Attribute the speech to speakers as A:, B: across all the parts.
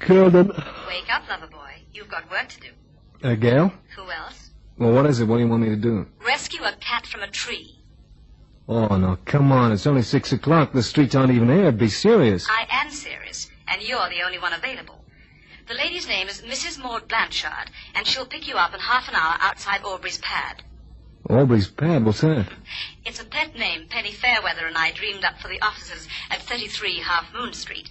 A: God, I'm...
B: Wake up, lover boy. You've got work to do.
A: Uh, Gail?
B: Who else?
A: Well, what is it? What do you want me to do?
B: Rescue a cat from a tree.
A: Oh, no, come on. It's only six o'clock. The streets aren't even aired. Be serious.
B: I am serious, and you're the only one available. The lady's name is Mrs. Maud Blanchard, and she'll pick you up in half an hour outside Aubrey's pad.
A: Aubrey's pad. What's that?
B: It's a pet name Penny Fairweather and I dreamed up for the offices at 33 Half Moon Street.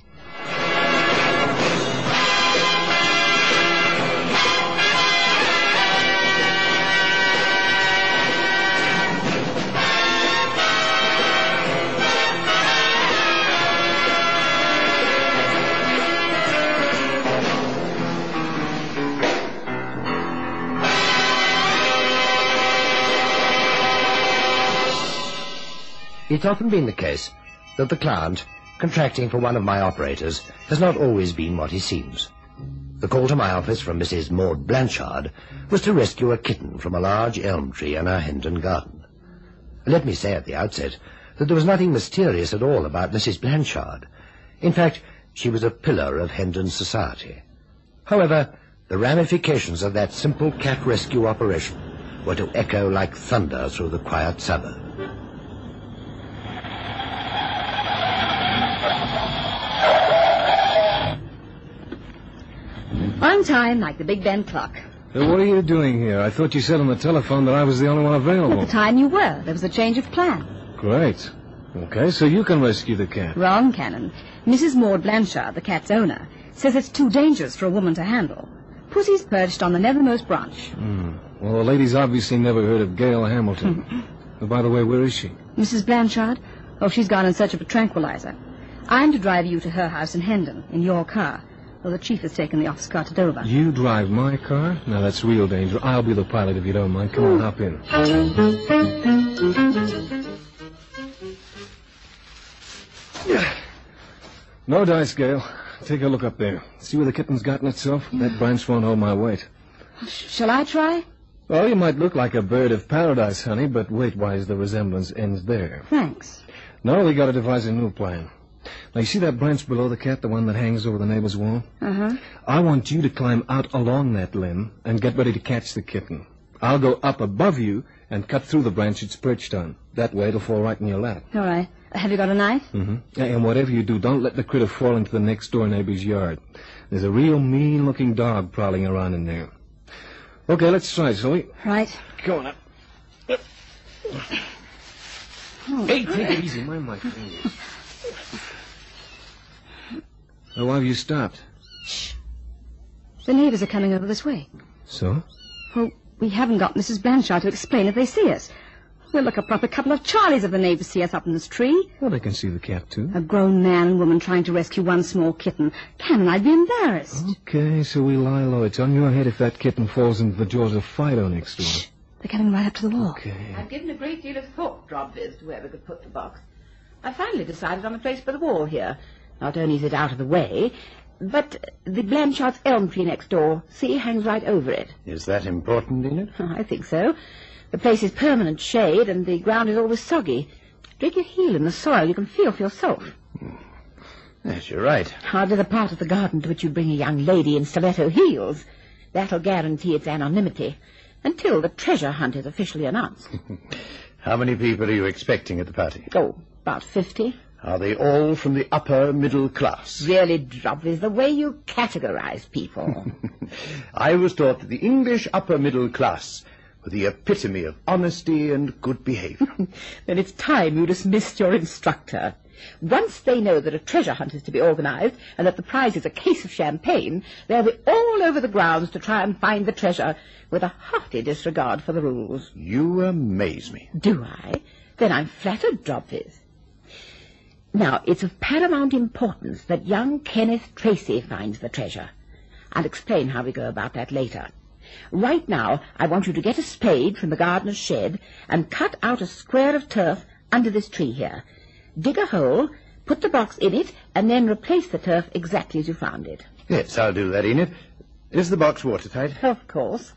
C: It's often been the case that the client, contracting for one of my operators, has not always been what he seems. The call to my office from Mrs. Maud Blanchard was to rescue a kitten from a large elm tree in her Hendon garden. Let me say at the outset that there was nothing mysterious at all about Mrs. Blanchard. In fact, she was a pillar of Hendon society. However, the ramifications of that simple cat rescue operation were to echo like thunder through the quiet suburb.
D: On time, like the Big Ben clock.
A: Uh, what are you doing here? I thought you said on the telephone that I was the only one
D: At the
A: available.
D: time you were, there was a change of plan.
A: Great. Okay, so you can rescue the cat.
D: Wrong, Cannon. Mrs. Maud Blanchard, the cat's owner, says it's too dangerous for a woman to handle. Pussy's perched on the nethermost branch.
A: Well, the lady's obviously never heard of Gail Hamilton. Oh, by the way, where is she?
D: Mrs. Blanchard? Oh, she's gone in search of a tranquilizer. I'm to drive you to her house in Hendon, in your car, though the chief has taken the office car to Dover.
A: You drive my car? Now, that's real danger. I'll be the pilot if you don't mind. Come on, hop in. No dice, Gail. Take a look up there. See where the kitten's gotten itself? That branch won't hold my weight.
D: Shall I try?
A: Well, you might look like a bird of paradise, honey, but weight-wise, the resemblance ends there.
D: Thanks.
A: Now we got to devise a new plan. Now, you see that branch below the cat, the one that hangs over the neighbor's wall?
D: Uh-huh.
A: I want you to climb out along that limb and get ready to catch the kitten. I'll go up above you and cut through the branch it's perched on. That way it'll fall right in your lap.
D: All right. Have you got a knife?
A: Mm-hmm. And whatever you do, don't let the critter fall into the next door neighbor's yard. There's a real mean looking dog prowling around in there. Okay, let's try, shall we?
D: Right.
A: Go on up. Hey, take it easy. Mind my fingers. Oh, why have you stopped?
D: The neighbors are coming over this way.
A: So?
D: Well, we haven't got Mrs. Blanchard to explain if they see us. We'll look a proper couple of Charlies if the neighbors see us up in this tree.
A: Well, they can see the cat, too.
D: A grown man and woman trying to rescue one small kitten. Cannon, I'd be embarrassed.
A: Mm. Okay, so we lie low. It's on your head if that kitten falls into the jaws of Fido next door.
D: They're coming right up to the wall.
A: Okay.
E: I've given a great deal of thought, Rob, as to where we could put the box. I finally decided on a place by the wall here. Not only is it out of the way, but the Blanchard's elm tree next door, see, hangs right over it.
C: Is that important, Enid?
E: I think so. The place is permanent shade, and the ground is always soggy. Dig your heel in the soil, you can feel for yourself.
C: Yes, you're right.
E: Hardly the part of the garden to which you bring a young lady in stiletto heels. That'll guarantee its anonymity until the treasure hunt is officially announced.
C: How many people are you expecting at the party?
E: oh, about fifty.
C: Are they all from the upper middle class?
E: Really, Drop, is the way you categorize people.
C: I was taught that the English upper middle class were the epitome of honesty and good behavior.
E: then it's time you dismissed your instructor. Once they know that a treasure hunt is to be organized and that the prize is a case of champagne, they'll be all over the grounds to try and find the treasure with a hearty disregard for the rules.
C: you amaze me.
E: Do I? Then I'm flattered, Dropvis. Now, it's of paramount importance that young Kenneth Tracy finds the treasure. I'll explain how we go about that later. Right now, I want you to get a spade from the gardener's shed and cut out a square of turf under this tree here. Dig a hole, put the box in it, and then replace the turf exactly as you found it.
C: Yes, I'll do that, Enid. Is the box watertight?
E: Of course.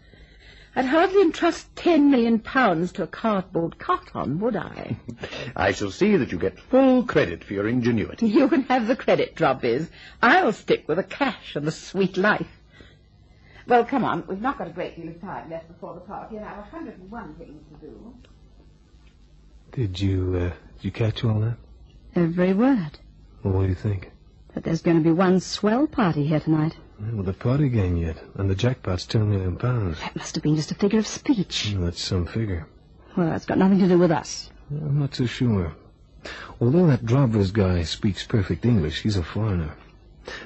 E: I'd hardly entrust ten million pounds to a cardboard carton, would I?
F: I shall see that you get full credit for your ingenuity.
E: You can have the credit, Drobbys. I'll stick with the cash and the sweet life. Well, come on. We've not got a great deal of time left before the party, and I have a hundred and one things to do.
A: Did you, uh, did you catch all that?
G: Every word.
A: Well, what do you think?
G: But there's going to be one swell party here tonight.
A: Yeah, well, the party game yet, and the jackpot's ten million pounds.
G: That must have been just a figure of speech.
A: Well, that's some figure.
G: Well, it's got nothing to do with us.
A: Yeah, I'm not so sure. Although that Drobbers guy speaks perfect English, he's a foreigner.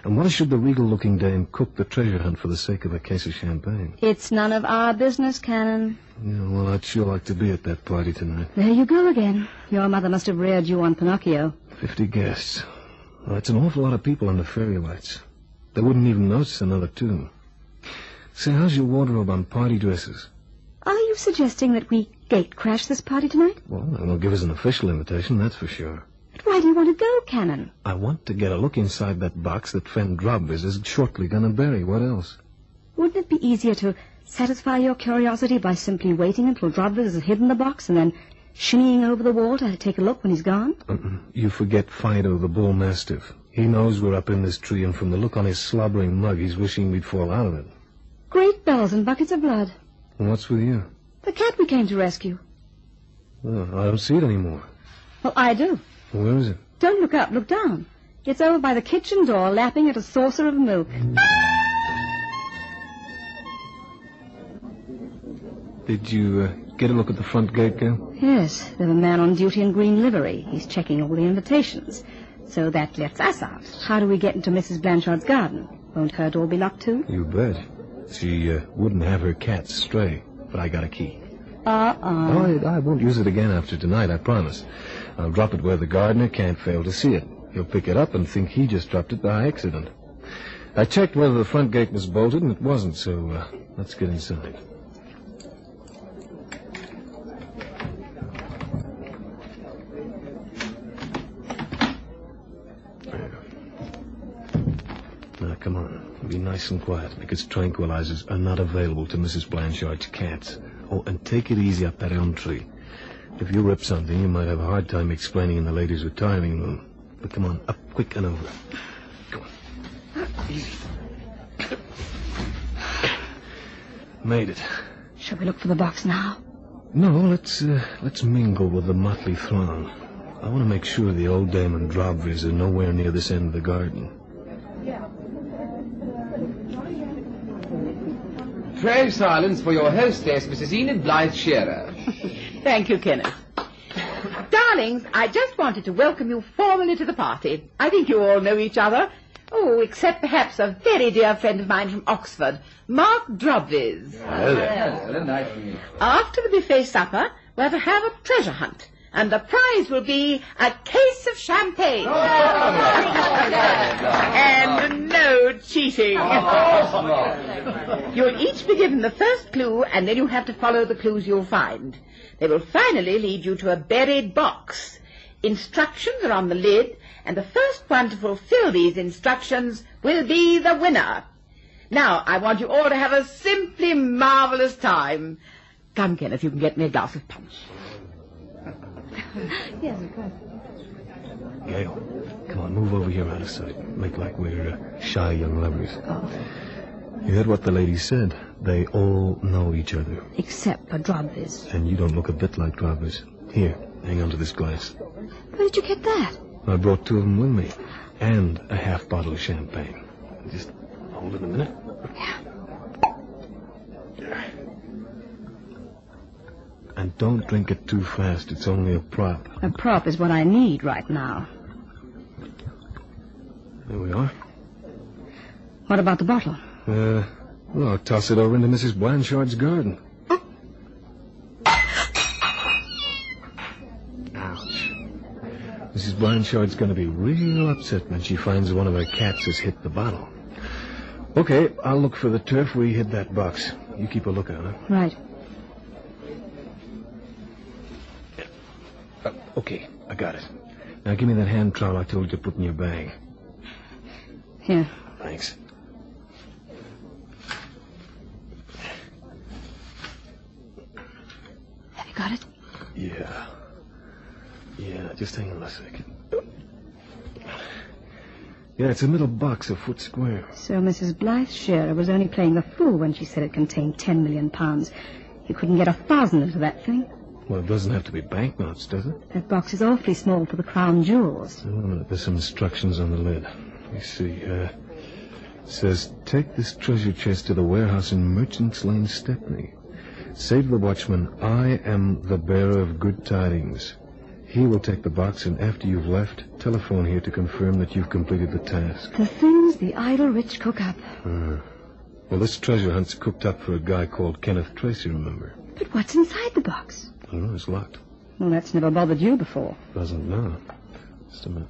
A: And why should the regal-looking dame cook the treasure hunt for the sake of a case of champagne?
G: It's none of our business, Canon.
A: Yeah, well, I'd sure like to be at that party tonight.
G: There you go again. Your mother must have reared you on Pinocchio.
A: Fifty guests. Well, that's an awful lot of people under fairy lights. They wouldn't even notice another two. Say, how's your wardrobe on party dresses?
G: Are you suggesting that we gate crash this party tonight?
A: Well, they won't give us an official invitation, that's for sure.
G: But why do you want to go, Canon?
A: I want to get a look inside that box that Fen Drubbers is shortly going to bury. What else?
G: Wouldn't it be easier to satisfy your curiosity by simply waiting until Drobbers has hidden the box and then shinnying over the wall to take a look when he's gone?
A: Mm-mm. You forget Fido, the bull mastiff. He knows we're up in this tree, and from the look on his slobbering mug, he's wishing we'd fall out of it.
G: Great bells and buckets of blood.
A: And what's with you?
G: The cat we came to rescue.
A: Well, I don't see it anymore.
G: Well, I do.
A: Where is it?
G: Don't look up, look down. It's over by the kitchen door, lapping at a saucer of milk.
A: Did you uh, get a look at the front gate, girl?
G: Yes, there's a man on duty in green livery. He's checking all the invitations. So that lets us out. How do we get into Mrs. Blanchard's garden? Won't her door be locked too?
A: You bet. She uh, wouldn't have her cat stray, but I got a key.
G: Uh-uh.
A: Oh, I, I won't use it again after tonight, I promise. I'll drop it where the gardener can't fail to see it. He'll pick it up and think he just dropped it by accident. I checked whether the front gate was bolted, and it wasn't, so uh, let's get inside. Now, Uh, come on. Be nice and quiet, because tranquilizers are not available to Mrs. Blanchard's cats. Oh, and take it easy up that elm tree. If you rip something, you might have a hard time explaining in the ladies' retiring room. But come on, up quick and over. Come on. Easy. Made it.
G: Shall we look for the box now?
A: No, let's uh, let's mingle with the motley throng. I want to make sure the old dame and Drobries are nowhere near this end of the garden.
H: Pray silence for your hostess, Mrs. Enid Blythe Shearer.
E: Thank you, Kenneth. Darlings, I just wanted to welcome you formally to the party. I think you all know each other. Oh, except perhaps a very dear friend of mine from Oxford, Mark Drobbys.
H: Hello, nice to meet you.
E: After the buffet supper, we're to have a treasure hunt. And the prize will be a case of champagne. and no cheating.
I: Oh,
E: You'll each be given the first clue, and then you have to follow the clues you'll find. They will finally lead you to a buried box. Instructions are on the lid, and the first one to fulfill these instructions will be the winner. Now, I want you all to have a simply marvelous time. Come, Kenneth, you can get me a glass of punch.
A: Gail, come on, move over here out of sight. Make like we're uh, shy young lovers. You heard what the lady said. They all know each other,
G: Except for Drobvis.
A: and you don't look a bit like Drobers. Here, hang on to this glass.
G: Where did you get that?
A: I brought two of them with me, and a half bottle of champagne. Just hold it a minute. And don't drink it too fast. It's only a prop.
G: A prop is what I need right now.
A: There we are.
G: What about the bottle?
A: Uh, well, I'll toss it over into Mrs. Blanchard's garden. Ouch. Mrs. Blanchard's going to be real upset when she finds one of her cats has hit the bottle. Okay, I'll look for the turf where you hid that box. You keep a lookout, huh?
G: Right.
A: Uh, okay, I got it. Now give me that hand trowel I told you to put in your bag.
G: Here.
A: Thanks.
G: Got it?
A: Yeah. Yeah, just hang on a second. Yeah, it's a middle box, a foot square.
G: So Mrs. Blythe Shearer was only playing the fool when she said it contained ten million pounds. You couldn't get a thousand into that thing.
A: Well, it doesn't have to be banknotes, does it?
G: That box is awfully small for the crown jewels.
A: Wait a minute, Oh, there's some instructions on the lid. Let me see. Uh, it says, take this treasure chest to the warehouse in Merchants Lane, Stepney. Say to the watchman, I am the bearer of good tidings. He will take the box, and after you've left, telephone here to confirm that you've completed the task.
G: The things the idle rich cook up.
A: Well, this treasure hunt's cooked up for a guy called Kenneth Tracy, remember?
G: But what's inside the box?
A: I don't know, it's locked.
G: Well, that's never bothered you before.
A: Doesn't know. Just a minute.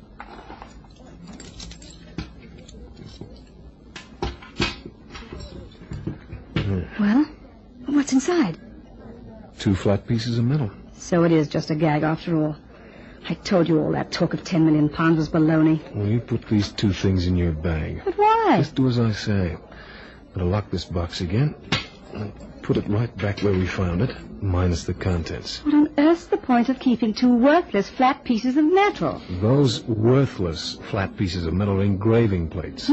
G: Well, what's inside?
A: Two flat pieces of metal.
G: So it is just a gag after all. I told you all that talk of ten million pounds was baloney.
A: Well, you put these two things in your bag.
G: But why?
A: Just do as I say. Better lock this box again. and Put it right back where we found it, minus the contents.
G: What on earth's the point of keeping two worthless flat pieces of metal?
A: Those worthless flat pieces of metal are engraving plates.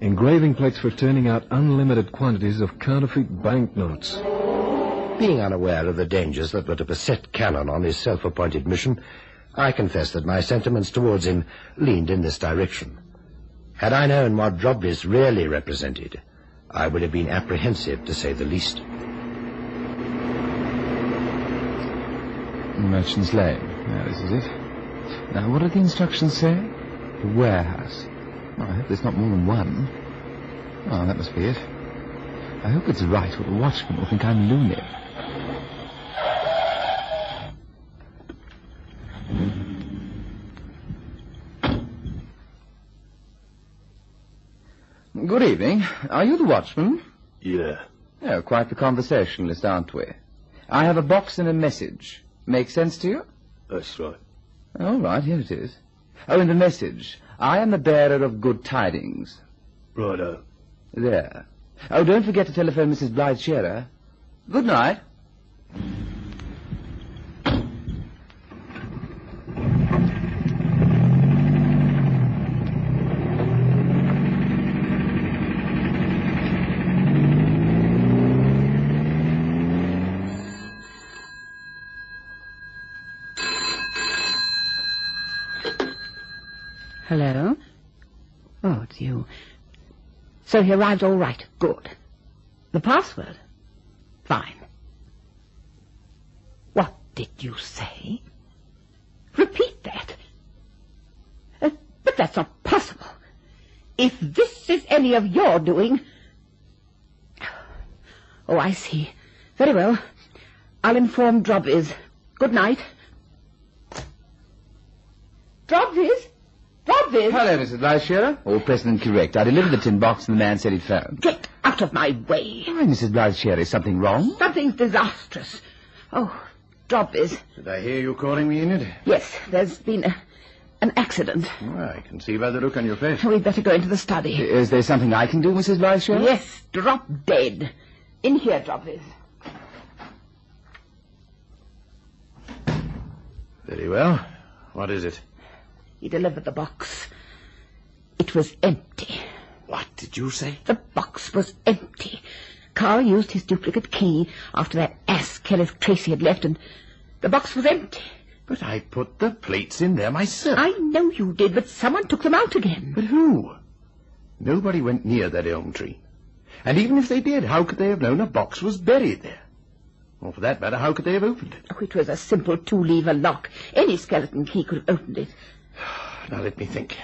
A: Engraving plates for turning out unlimited quantities of counterfeit banknotes.
F: Being unaware of the dangers that were to beset Cannon on his self-appointed mission, I confess that my sentiments towards him leaned in this direction. Had I known what Droblis really represented, I would have been apprehensive, to say the least.
I: Merchant's Lane. Now, this is it. Now, what did the instructions say? The warehouse. Well, I hope there's not more than one. Oh, that must be it. I hope it's right, or the watchman will think I'm loony. Good evening. Are you the watchman?
A: Yeah.
I: Oh, quite the conversationalist, aren't we? I have a box and a message. Make sense to you?
A: That's right.
I: All right, here it is. Oh, and the message. I am the bearer of good tidings.
C: uh,
A: Righto.
I: There. Oh, don't forget to telephone Mrs. Blythe Shearer. Good night.
E: Hello? Oh, it's you. So he arrived all right. Good. The password? Fine. What did you say? Repeat that. Uh, but that's not possible. If this is any of your doing. Oh, I see. Very well. I'll inform Drobbys. Good night. Drobbys? Drobbys?
I: Hello, Mrs. Blythe Shearer. All present and correct. I delivered the tin box and the man said he'd phoned.
E: Get out of my way.
I: Why, Mrs. Blythe Shearer, is something wrong?
E: Something's disastrous. Oh, Drobbys.
C: Did I hear you calling me, Enid?
E: Yes, there's been a, an accident.
C: Well, I can see by the look on your face.
E: We'd better go into the study.
I: Is there something I can do, Mrs. Blythe Shearer?
E: Yes, drop dead. In here, Drobbys.
C: Very well. What is it?
E: He delivered the box. It was empty.
C: What did you say?
E: The box was empty. Carl used his duplicate key after that ass Kenneth Tracy had left, and the box was empty.
C: But I put the plates in there myself.
E: I know you did, but someone took them out again.
C: But who? Nobody went near that elm tree. And even if they did, how could they have known a box was buried there? Or for that matter, how could they have opened it?
E: Oh, it was a simple two-lever lock. Any skeleton key could have opened it.
C: Now let me think.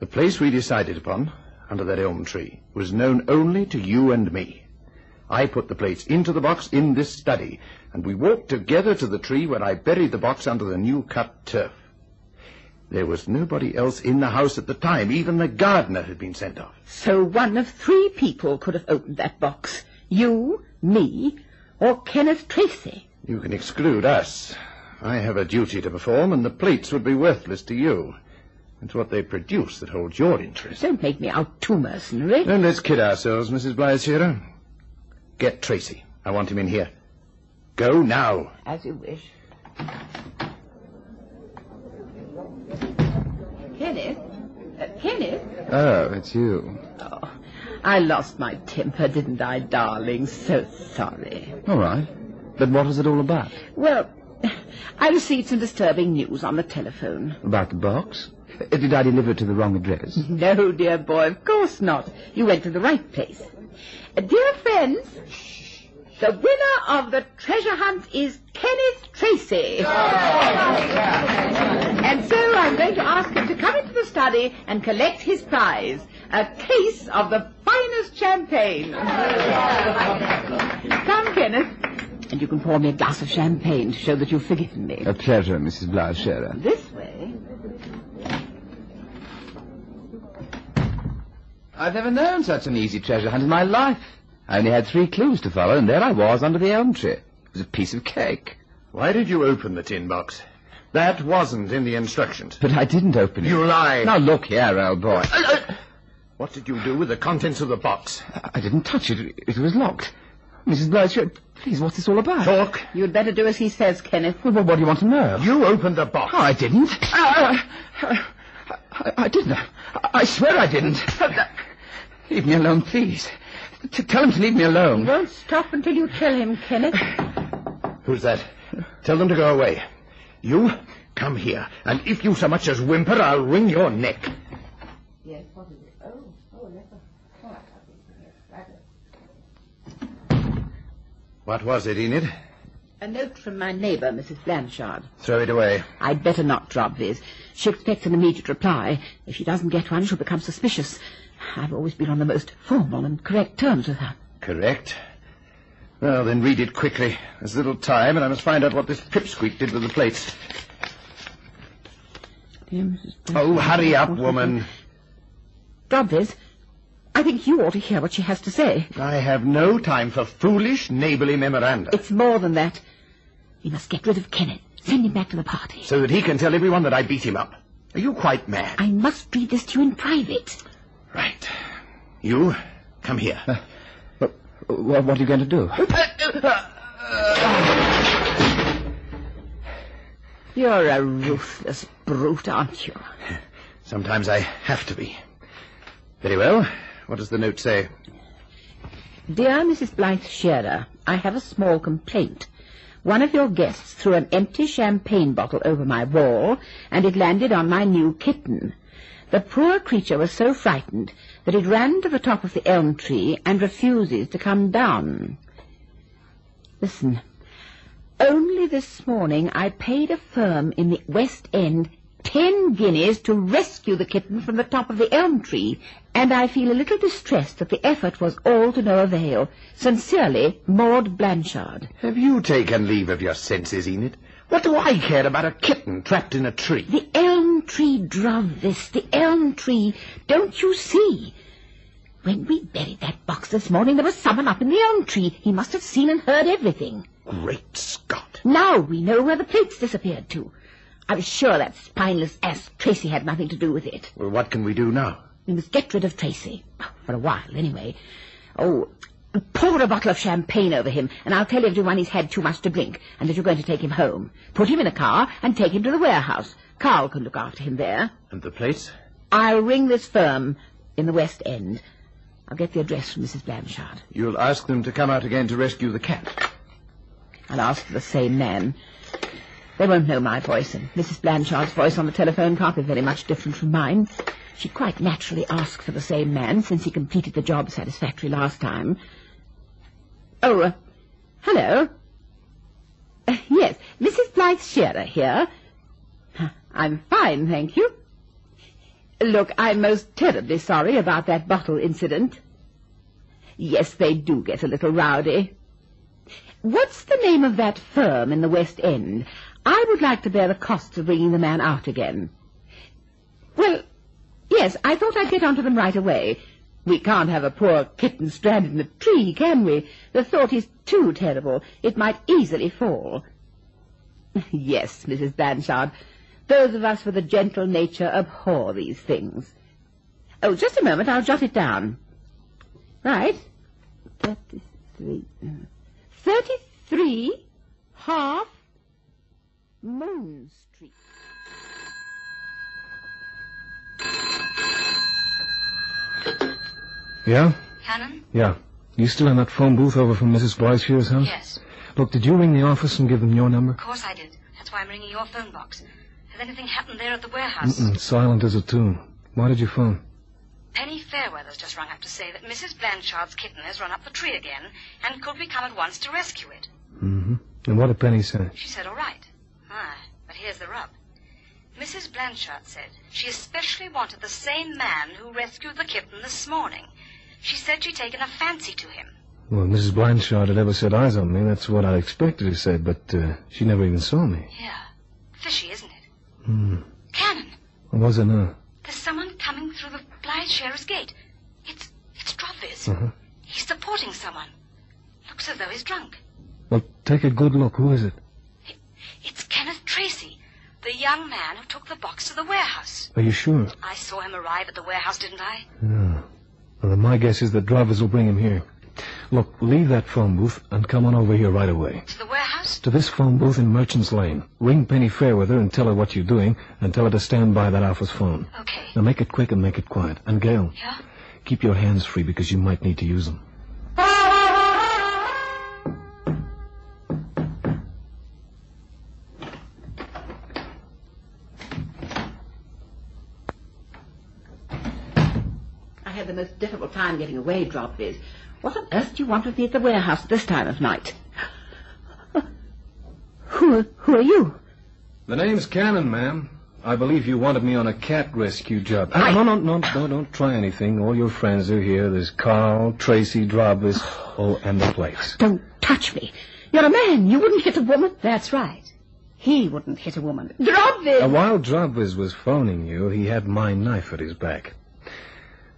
C: The place we decided upon, under that elm tree, was known only to you and me. I put the plates into the box in this study, and we walked together to the tree where I buried the box under the new cut turf. There was nobody else in the house at the time. Even the gardener had been sent off.
E: So one of three people could have opened that box. You, me, or Kenneth Tracy.
C: You can exclude us. I have a duty to perform, and the plates would be worthless to you. It's what they produce that holds your interest.
E: Don't make me out too mercenary.
C: Then let's kid ourselves, Mrs. Blythe Shearer. Get Tracy. I want him in here. Go now.
E: As you wish. Kenneth? Uh, Kenneth?
I: Oh, it's you.
E: Oh, I lost my temper, didn't I, darling? So sorry.
I: All right. Then what is it all about?
E: Well, I received some disturbing news on the telephone.
I: About the box? Uh, Did I deliver it to the wrong address?
E: No, dear boy, of course not. You went to the right place. Uh, Dear friends, the winner of the treasure hunt is Kenneth Tracy. And so I'm going to ask him to come into the study and collect his prize, a case of the finest champagne. come, Kenneth. And you can pour me a glass of champagne to show that you've forgiven me.
I: A pleasure, Mrs. Blythe Shearer.
E: This way.
I: I've never known such an easy treasure hunt in my life. I only had three clues to follow, and there I was under the elm tree. It was a piece of cake.
C: Why did you open the tin box? That wasn't in the instructions.
I: But I didn't open it.
C: You lie.
I: Now look here, old boy.
C: What did you do with the contents of the box?
I: I didn't touch it. It was locked. Mrs. Blythe, please, what's this all about?
C: Talk.
E: You'd better do as he says, Kenneth.
I: Well, what do you want to know?
C: You opened the box.
I: Oh, I didn't.
C: Uh,
I: I, I, I, I didn't. I, I swear I didn't. Leave me alone, please. T- tell him to leave me alone.
E: Won't stop until you tell him, Kenneth.
C: Who's that? Tell them to go away. You come here, and if you so much as whimper, I'll wring your neck.
E: Yes, what is it? Oh, oh, that's
C: What was it, Enid?
E: a... note from my neighbour, Mrs. Blanchard.
C: Throw it away.
E: I'd better not drop this. She expects an immediate reply. If she doesn't get one, she'll become suspicious. I've always been on the most formal and correct terms with her.
C: Correct. Well, then read it quickly. There's little time, and I must find out what this pipsqueak did with the plates.
E: Dear Mrs.
C: Oh, hurry up, woman.
E: Drobvis, I think you ought to hear what she has to say.
C: I have no time for foolish, neighborly memoranda.
E: It's more than that. We must get rid of Kenneth. Send him back to the party.
C: So that he can tell everyone that I beat him up. Are you quite mad?
E: I must read this to you in private.
C: Right. You, come here.
I: But, uh, what what are you going to do?
E: You're a ruthless brute, aren't you?
C: Sometimes I have to be. Very well. What does the note say?
E: Dear Mrs. Blythe Shearer, I have a small complaint. One of your guests threw an empty champagne bottle over my wall, and it landed on my new kitten. The poor creature was so frightened that it ran to the top of the elm tree and refuses to come down. Listen, only this morning I paid a firm in the West End ten guineas to rescue the kitten from the top of the elm tree, and I feel a little distressed that the effort was all to no avail. Sincerely, Maud Blanchard.
C: Have you taken leave of your senses, Enid? What do I care about a kitten trapped in a tree?
E: The elm tree drove this, the elm tree. Don't you see? When we buried that box this morning, there was someone up in the elm tree. He must have seen and heard everything.
C: Great Scott.
E: Now we know where the plates disappeared to. I was sure that spineless ass Tracy had nothing to do with it.
C: Well, what can we do now?
E: We must get rid of Tracy. For a while, anyway. Oh, pour a bottle of champagne over him, and I'll tell everyone he's had too much to drink, and that you're going to take him home. Put him in a car and take him to the warehouse. Carl can look after him there.
C: And the plates?
E: I'll ring this firm in the West End. I'll get the address from Mrs. Blanchard.
C: You'll ask them to come out again to rescue the cat.
E: I'll ask for the same man. They won't know my voice, and Mrs. Blanchard's voice on the telephone can't be very much different from mine. She quite naturally asked for the same man, since he completed the job satisfactorily last time. Oh, uh, hello. Uh, yes, Mrs. Blythe Shearer here. I'm fine, thank you. Look, I'm most terribly sorry about that bottle incident. Yes, they do get a little rowdy. What's the name of that firm in the West End? I would like to bear the costs of bringing the man out again. Well, yes, I thought I'd get onto them right away. We can't have a poor kitten stranded in a tree, can we? The thought is too terrible. It might easily fall. yes, Mrs. Blanchard, those of us with a gentle nature abhor these things. Oh, just a moment, I'll jot it down. Right. Thirty-three. Thirty-three half Moon Street.
A: Yeah?
G: Hannon?
A: Yeah. You still in that phone booth over from Mrs. Blythefield's house?
G: Yes.
A: Look, did you ring the office and give them your number?
G: Of course I did. That's why I'm ringing your phone box. Has anything happened there at the warehouse?
A: Mm, silent as a tomb. Why did you phone?
G: Penny Fairweather's just rung up to say that Mrs. Blanchard's kitten has run up the tree again, and could we come at once to rescue it?
A: Mm-hmm. And what did Penny say?
G: She said, all right. Ah, but here's the rub. Mrs. Blanchard said she especially wanted the same man who rescued the kitten this morning. She said she'd taken a fancy to him.
A: Well, Mrs. Blanchard had ever set eyes on me. That's what I expected her to say, but uh, she never even saw me.
G: Yeah. Fishy, isn't it?
A: Hmm.
G: Cannon,
A: What was it now?
G: there's someone coming through the blind shearer's gate. It's it's Drovis.
A: Uh-huh.
G: He's supporting someone. Looks as though he's drunk.
A: Well, take a good look. Who is it?
G: It's Kenneth Tracy, the young man who took the box to the warehouse.
A: Are you sure?
G: I saw him arrive at the warehouse, didn't I?
A: Yeah. Well, then my guess is that drivers will bring him here. Look, leave that phone booth and come on over here right away.
G: To the warehouse?
A: To this phone booth in Merchant's Lane. Ring Penny Fairweather and tell her what you're doing, and tell her to stand by that office phone.
G: Okay.
A: Now make it quick and make it quiet. And Gail,
G: Yeah?
A: keep your hands free because you might need to use them.
E: I had the most difficult time getting away, Dropviz. What on earth do you want with me at the warehouse at this time of night? Who, who are you?
A: The name's Cannon, ma'am. I believe you wanted me on a cat rescue job.
E: I-
A: No, no, no, no, don't try anything. All your friends are here. There's Carl, Tracy, Drobis, oh, and the place.
E: Don't touch me. You're a man. You wouldn't hit a woman.
J: That's right. He wouldn't hit a woman.
E: Dropviz!
A: Uh, while Jarvis was phoning you, he had my knife at his back.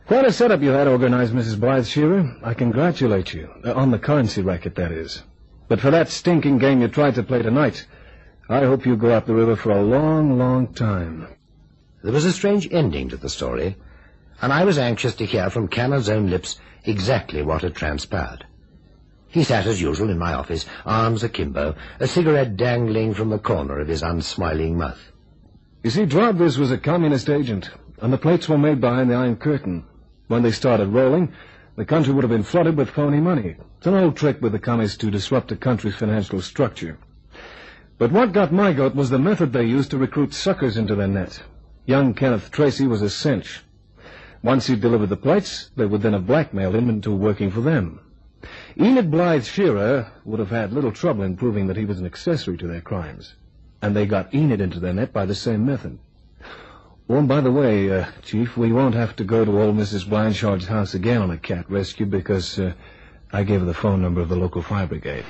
A: Quite a setup you had organized, Mrs. Blythe Shearer. I congratulate you. Uh, on the currency racket, that is. But for that stinking game you tried to play tonight, I hope you go up the river for a long, long time.
C: There was a strange ending to the story, and I was anxious to hear from Cannon's own lips exactly what had transpired. He sat as usual in my office, arms akimbo, a cigarette dangling from the corner of his unsmiling mouth.
A: You see, Jarvis was a communist agent, and the plates were made behind the Iron Curtain. When they started rolling, the country would have been flooded with phony money. It's an old trick with the commies to disrupt a country's financial structure. But what got my goat was the method they used to recruit suckers into their net. Young Kenneth Tracy was a cinch. Once he delivered the plates, they would then have blackmailed him into working for them. Enid Blythe Shearer would have had little trouble in proving that he was an accessory to their crimes and they got Enid into their net by the same method. Oh, and by the way, uh, Chief, we won't have to go to old Mrs. Blanchard's house again on a cat uh, rescue because uh, I gave her the phone number of the local fire brigade.